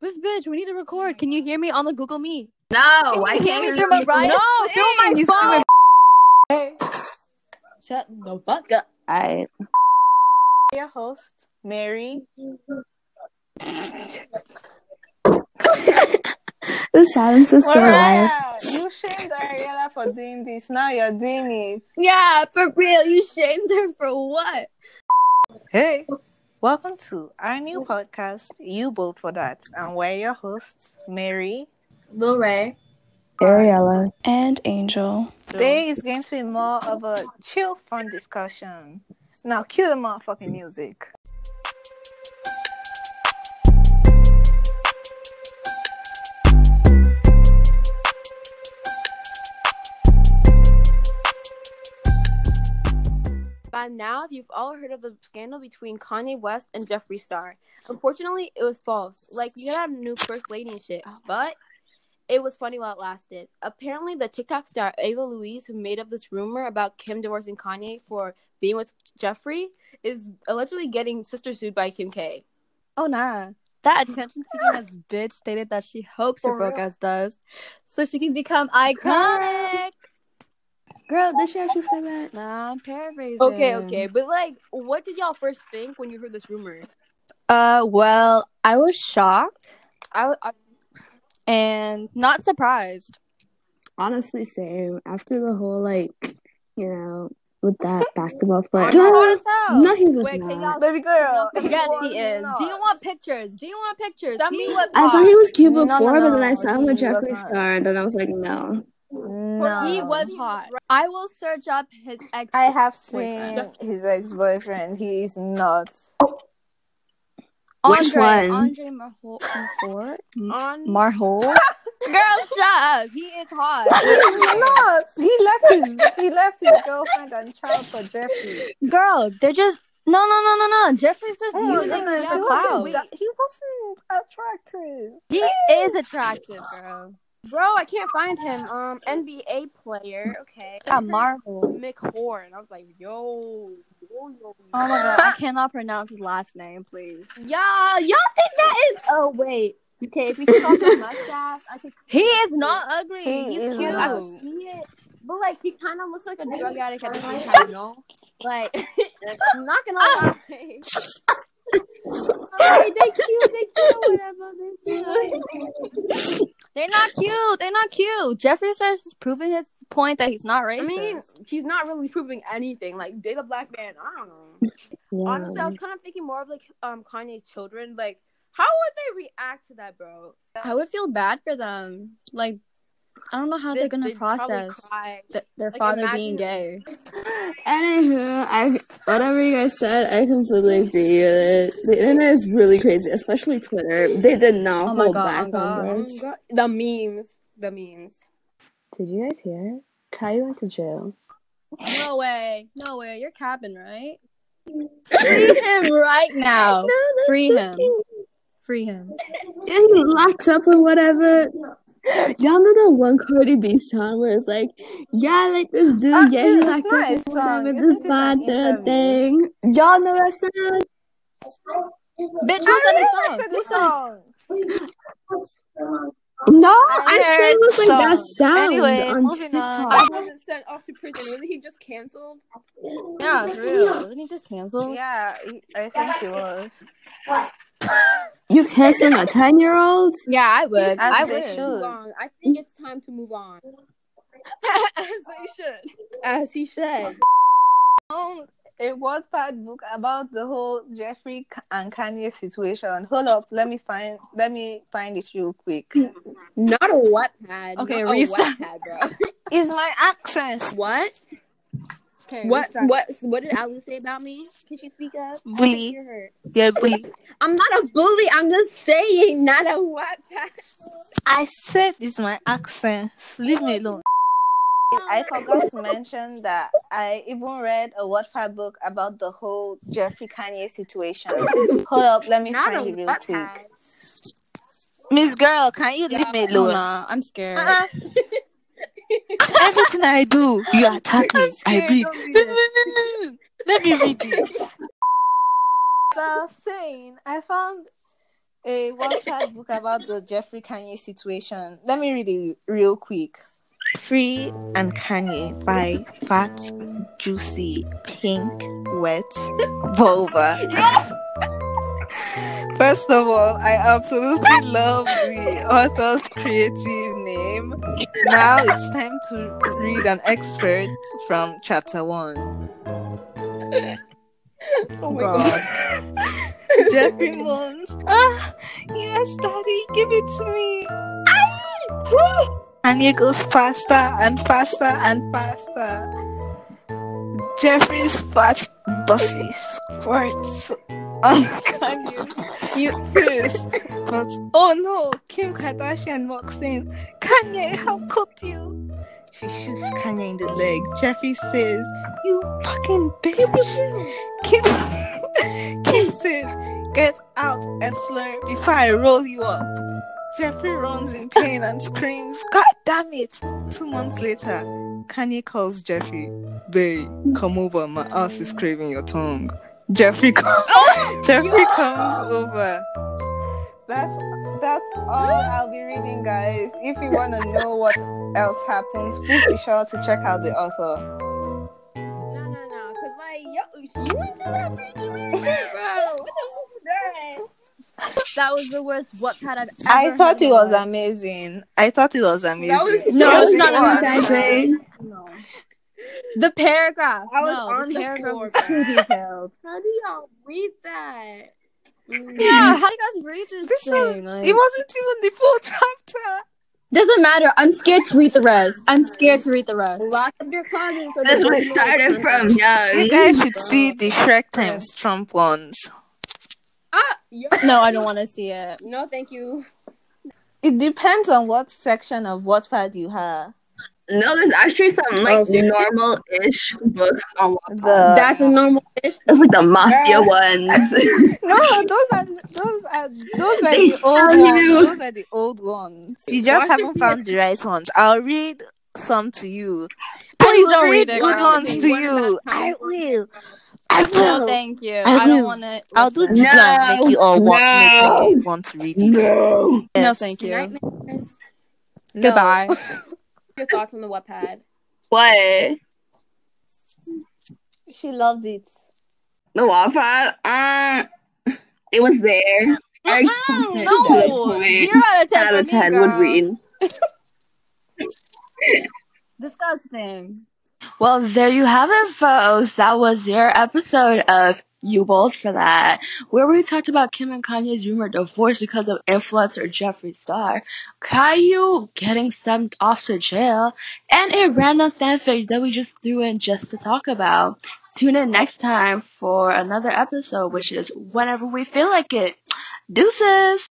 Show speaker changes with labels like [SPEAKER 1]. [SPEAKER 1] this bitch. We need to record. Can you hear me on the Google Meet?
[SPEAKER 2] No, Oh, I
[SPEAKER 1] Can you
[SPEAKER 2] can't
[SPEAKER 1] hear me
[SPEAKER 2] hear
[SPEAKER 1] through my
[SPEAKER 2] you.
[SPEAKER 1] Ryan's
[SPEAKER 2] No,
[SPEAKER 1] thing?
[SPEAKER 2] through my
[SPEAKER 1] He's
[SPEAKER 2] phone.
[SPEAKER 1] doing-
[SPEAKER 2] Shut the fuck up.
[SPEAKER 1] I
[SPEAKER 3] your host, Mary.
[SPEAKER 1] the silence is
[SPEAKER 3] Mariah, you shamed Ariella for doing this. Now you're doing it.
[SPEAKER 1] Yeah, for real. You shamed her for what?
[SPEAKER 3] Hey, welcome to our new podcast, You Bold for That. And we're your hosts, Mary.
[SPEAKER 2] Lil Ray.
[SPEAKER 1] Ariella.
[SPEAKER 4] and Angel.
[SPEAKER 3] Today is going to be more of a chill, fun discussion. Now, cue the motherfucking music.
[SPEAKER 2] By now, you've all heard of the scandal between Kanye West and Jeffree Star. Unfortunately, it was false. Like, we got a new first lady and shit, but it was funny while it lasted. Apparently, the TikTok star Ava Louise, who made up this rumor about Kim divorcing Kanye for being with Jeffree, is allegedly getting sister sued by Kim K.
[SPEAKER 1] Oh nah. That attention seeking ass bitch stated that she hopes her
[SPEAKER 2] For real.
[SPEAKER 1] broke ass does. So she can become iconic.
[SPEAKER 4] Girl, did she actually say that?
[SPEAKER 1] Nah, I'm paraphrasing.
[SPEAKER 2] Okay, okay, but like, what did y'all first think when you heard this rumor?
[SPEAKER 1] Uh well, I was shocked
[SPEAKER 2] I, I
[SPEAKER 1] and not surprised.
[SPEAKER 5] Honestly, same. After the whole like, you know, with that basketball player.
[SPEAKER 2] I'm
[SPEAKER 5] Dude,
[SPEAKER 2] hot as hell.
[SPEAKER 5] no, he was
[SPEAKER 2] Wait, can
[SPEAKER 5] not.
[SPEAKER 2] y'all?
[SPEAKER 3] Baby girl. it
[SPEAKER 1] Yes,
[SPEAKER 3] was
[SPEAKER 1] he is.
[SPEAKER 3] not.
[SPEAKER 1] Do you want pictures? Do you want pictures?
[SPEAKER 2] That
[SPEAKER 1] he
[SPEAKER 2] means-
[SPEAKER 1] was
[SPEAKER 5] I
[SPEAKER 1] hot.
[SPEAKER 5] thought he was cute
[SPEAKER 3] No,
[SPEAKER 5] before,
[SPEAKER 3] no,
[SPEAKER 5] but then
[SPEAKER 3] no,
[SPEAKER 5] I saw him with
[SPEAKER 3] he was
[SPEAKER 5] Jeffree
[SPEAKER 3] not.
[SPEAKER 5] Star, and then I was like, no.
[SPEAKER 3] No.
[SPEAKER 1] He was hot. I will search up his ex.
[SPEAKER 3] I have seen
[SPEAKER 1] Boyfriend.
[SPEAKER 3] his ex boyfriend. He is not.
[SPEAKER 1] Andre,
[SPEAKER 5] Which one?
[SPEAKER 1] Andre Marhol. Marhol?
[SPEAKER 2] On
[SPEAKER 1] Marhol? Girl, shut up. He is hot.
[SPEAKER 3] He is not. He left his he left his girlfriend and child for Jeffrey.
[SPEAKER 1] Girl, they're just. No, no, no, no, no. Jeffrey's just
[SPEAKER 3] Oh my
[SPEAKER 1] using their
[SPEAKER 3] goodness, he
[SPEAKER 1] clout.
[SPEAKER 3] wasn't, that- he wasn't attractive.
[SPEAKER 1] He is attractive, girl.
[SPEAKER 2] Bro, I can't find him. Um, NBA player. Okay.
[SPEAKER 1] Yeah, Oh Marvel.
[SPEAKER 2] Mick Horn. I was like, yo, yo,
[SPEAKER 1] Oh
[SPEAKER 2] yo.
[SPEAKER 1] my god, I cannot pronounce his last name, please.
[SPEAKER 2] Y'all, y'all think that is? Oh wait. Okay, if we can off his mustache, I could.
[SPEAKER 1] He is not ugly.
[SPEAKER 3] He
[SPEAKER 1] He's
[SPEAKER 3] is
[SPEAKER 1] cute.
[SPEAKER 2] I could
[SPEAKER 3] Ooh.
[SPEAKER 2] see it, but like he kind of looks like a drug addict at the same time. You know, like I'm not gonna lie. Like, they cute, they cute, whatever. They cute.
[SPEAKER 1] They're not cute. They're not cute. Jeffrey starts proving his point that he's not racist.
[SPEAKER 2] I mean, he's not really proving anything. Like, date a black man. I don't know.
[SPEAKER 5] Yeah.
[SPEAKER 2] Honestly, I was kind of thinking more of like um Kanye's children. Like, how would they react to that, bro?
[SPEAKER 1] I would feel bad for them. Like, I don't know how they, are gonna
[SPEAKER 2] they'd probably
[SPEAKER 1] process
[SPEAKER 2] cry.
[SPEAKER 1] th- their
[SPEAKER 2] Like,
[SPEAKER 1] father
[SPEAKER 2] imagine-
[SPEAKER 1] being gay.
[SPEAKER 5] Anywho, I whatever you guys said, I completely agree with it. The internet is really crazy, especially Twitter. They did not
[SPEAKER 1] Oh my
[SPEAKER 5] hold
[SPEAKER 1] God,
[SPEAKER 5] back
[SPEAKER 1] oh my
[SPEAKER 5] on
[SPEAKER 1] God.
[SPEAKER 5] this.
[SPEAKER 2] The memes. The memes.
[SPEAKER 5] Did you guys hear? Kai went to jail.
[SPEAKER 1] No way, no way. You're capping, right? Free him right now. Free him. Free him.
[SPEAKER 5] Yeah, he locked up or whatever. Y'all know that one Cardi B song where it's like, yeah, like this dude,
[SPEAKER 3] Ah,
[SPEAKER 5] yeah, he
[SPEAKER 3] it's
[SPEAKER 5] locked
[SPEAKER 3] not
[SPEAKER 5] up
[SPEAKER 3] a
[SPEAKER 5] or
[SPEAKER 3] song.
[SPEAKER 5] whatever,
[SPEAKER 3] Isn't
[SPEAKER 5] this
[SPEAKER 3] it an
[SPEAKER 5] father
[SPEAKER 3] interview?
[SPEAKER 5] thing. Y'all know that song?
[SPEAKER 1] Bitch, who said his
[SPEAKER 3] I
[SPEAKER 1] song?
[SPEAKER 3] said the song.
[SPEAKER 5] No,
[SPEAKER 3] I
[SPEAKER 5] I, said it was
[SPEAKER 3] heard
[SPEAKER 5] like that
[SPEAKER 3] song.
[SPEAKER 5] sound
[SPEAKER 3] Anyway,
[SPEAKER 5] on
[SPEAKER 3] moving on.
[SPEAKER 5] TikTok.
[SPEAKER 2] I wasn't sent off to prison. Wasn't he just canceled?
[SPEAKER 1] Yeah, for real. Wasn't he just canceled?
[SPEAKER 3] Yeah, he- I think it was.
[SPEAKER 5] You kissing a ten-year-old?
[SPEAKER 1] Yeah, I would.
[SPEAKER 3] As
[SPEAKER 1] I
[SPEAKER 3] they
[SPEAKER 1] would.
[SPEAKER 3] should.
[SPEAKER 2] Move on. I think it's time to move on. As he should. As he should.
[SPEAKER 3] Um, a Wattpad book about the whole Jeffrey and Kanye situation. Hold up, let me find let me find it real quick.
[SPEAKER 2] Not a Wattpad.
[SPEAKER 1] Okay,
[SPEAKER 2] not a
[SPEAKER 1] restart.
[SPEAKER 2] Wattpad, bro.
[SPEAKER 3] Is my accent
[SPEAKER 2] What?
[SPEAKER 1] Okay,
[SPEAKER 2] What?
[SPEAKER 1] restart.
[SPEAKER 2] What? What did Alice say about me? Can she speak up? I
[SPEAKER 3] Bully.
[SPEAKER 2] didn't hear her.
[SPEAKER 3] yeah, bully?
[SPEAKER 2] I'm not a bully. I'm just saying, not a Wattpad.
[SPEAKER 3] I said it's my accent. Leave me alone. I forgot to mention that I even read a Wattpad book about the whole Jeffrey Kanye situation. Hold up, let me
[SPEAKER 2] Not a
[SPEAKER 3] find it real quick.
[SPEAKER 2] Wattpad.
[SPEAKER 3] Miss Girl, can you leave me
[SPEAKER 1] Oh, nah, I'm scared.
[SPEAKER 3] Uh-uh. Everything I do, you attack me. I read. Let me read it. So saying, I found a Wattpad book about the Jeffrey Kanye situation. Let me read it real quick. Free and Kanye by Fat, Juicy, Pink, Wet, Vulva. First of all, I absolutely love the author's creative name. Now it's time to read an expert from chapter one.
[SPEAKER 5] Oh my god.
[SPEAKER 3] Jeffrey moans, ah, yes, daddy, give it to me. Kanye goes faster and faster and faster. Jeffrey's fat bussy squirts on Kanye's face. But oh no, Kim Kardashian walks in. Kanye, how could you? She shoots Kanye in the leg. Jeffrey says, You fucking bitch. Kim, Kim says, Get out, Epsler, before I roll you up. Jeffrey runs in pain and screams, God damn it! Two months later, Kanye calls Jeffrey, Babe, come over, my ass is craving your tongue. Jeffrey, com- Jeffrey comes over. That's that's all I'll be reading, guys. If you want to know what else happens, please be sure to check out the author.
[SPEAKER 2] No, no, no. Cause like, yo, you went to that freaking weird shit, bro. What the fuck
[SPEAKER 1] That was the worst Wattpad I've ever
[SPEAKER 3] I thought
[SPEAKER 1] heard
[SPEAKER 3] it
[SPEAKER 1] in my
[SPEAKER 3] was
[SPEAKER 1] life.
[SPEAKER 3] amazing. I thought it was amazing.
[SPEAKER 2] was-
[SPEAKER 1] No,
[SPEAKER 3] Yes,
[SPEAKER 1] it's
[SPEAKER 3] it
[SPEAKER 1] not
[SPEAKER 3] was.
[SPEAKER 1] amazing.
[SPEAKER 2] is that? No.
[SPEAKER 1] The paragraph.
[SPEAKER 2] I was
[SPEAKER 1] no,
[SPEAKER 2] on
[SPEAKER 1] the
[SPEAKER 2] the
[SPEAKER 1] paragraph
[SPEAKER 2] floor,
[SPEAKER 1] was
[SPEAKER 2] bro.
[SPEAKER 1] too detailed.
[SPEAKER 2] How do y'all read that?
[SPEAKER 1] Yeah, how do you guys read this,
[SPEAKER 3] This
[SPEAKER 1] thing?
[SPEAKER 3] was-
[SPEAKER 1] like,
[SPEAKER 3] It wasn't even the full chapter.
[SPEAKER 1] doesn't matter. I'm scared to read the rest. I'm scared to read the rest.
[SPEAKER 2] Lock up your closet. So
[SPEAKER 5] That's
[SPEAKER 2] that
[SPEAKER 5] where I
[SPEAKER 2] you know
[SPEAKER 5] started
[SPEAKER 2] what's
[SPEAKER 5] from,
[SPEAKER 2] going
[SPEAKER 5] yeah.
[SPEAKER 3] You guys should see the Shrek times Trump ones.
[SPEAKER 2] on. Ah, yo.
[SPEAKER 1] No, I don't want to see it.
[SPEAKER 2] No, thank you.
[SPEAKER 3] It depends on what section of Wattpad you have.
[SPEAKER 5] No, there's actually some like
[SPEAKER 2] Oh, seriously?
[SPEAKER 5] normal ish books on
[SPEAKER 3] The
[SPEAKER 2] That's a normal ish.
[SPEAKER 5] That's like the mafia
[SPEAKER 2] Girl.
[SPEAKER 5] ones.
[SPEAKER 3] no, those are those are those are
[SPEAKER 5] They
[SPEAKER 3] the old
[SPEAKER 5] sell
[SPEAKER 3] ones.
[SPEAKER 5] you.
[SPEAKER 3] Those are the old ones. You just haven't found the right ones. I'll read some to you.
[SPEAKER 1] Please
[SPEAKER 3] I will
[SPEAKER 1] don't
[SPEAKER 3] read
[SPEAKER 1] read it,
[SPEAKER 3] good
[SPEAKER 1] girl.
[SPEAKER 3] ones
[SPEAKER 1] Please,
[SPEAKER 3] to
[SPEAKER 2] one at
[SPEAKER 3] you.
[SPEAKER 2] a
[SPEAKER 3] I
[SPEAKER 2] time.
[SPEAKER 3] will. I
[SPEAKER 1] No,
[SPEAKER 3] will.
[SPEAKER 1] thank you.
[SPEAKER 3] I
[SPEAKER 1] I, don't
[SPEAKER 3] will.
[SPEAKER 1] want to.
[SPEAKER 3] I'll do Juju and make you all want make you all want to read it.
[SPEAKER 5] no.
[SPEAKER 1] No,
[SPEAKER 3] Yes.
[SPEAKER 1] thank
[SPEAKER 2] Good
[SPEAKER 1] you.
[SPEAKER 2] night, guys.
[SPEAKER 3] No.
[SPEAKER 1] Goodbye.
[SPEAKER 2] Your thoughts on the Wattpad?
[SPEAKER 5] What?
[SPEAKER 3] She loved it.
[SPEAKER 5] The Wattpad? Um, it was there. I expected to
[SPEAKER 1] No,
[SPEAKER 5] the point.
[SPEAKER 1] zero out of ten.
[SPEAKER 5] out of
[SPEAKER 1] for me,
[SPEAKER 5] ten would
[SPEAKER 1] girl.
[SPEAKER 5] read.
[SPEAKER 1] Disgusting.
[SPEAKER 6] Well, there you have it, folks. That was your episode of You Bold for That, where we talked about Kim and Kanye's rumored divorce because of influencer Jeffree Star, Caillou getting sent off to jail, and a random fanfic that we just threw in just to talk about. Tune in next time for another episode, which is whenever we feel like it. Deuces!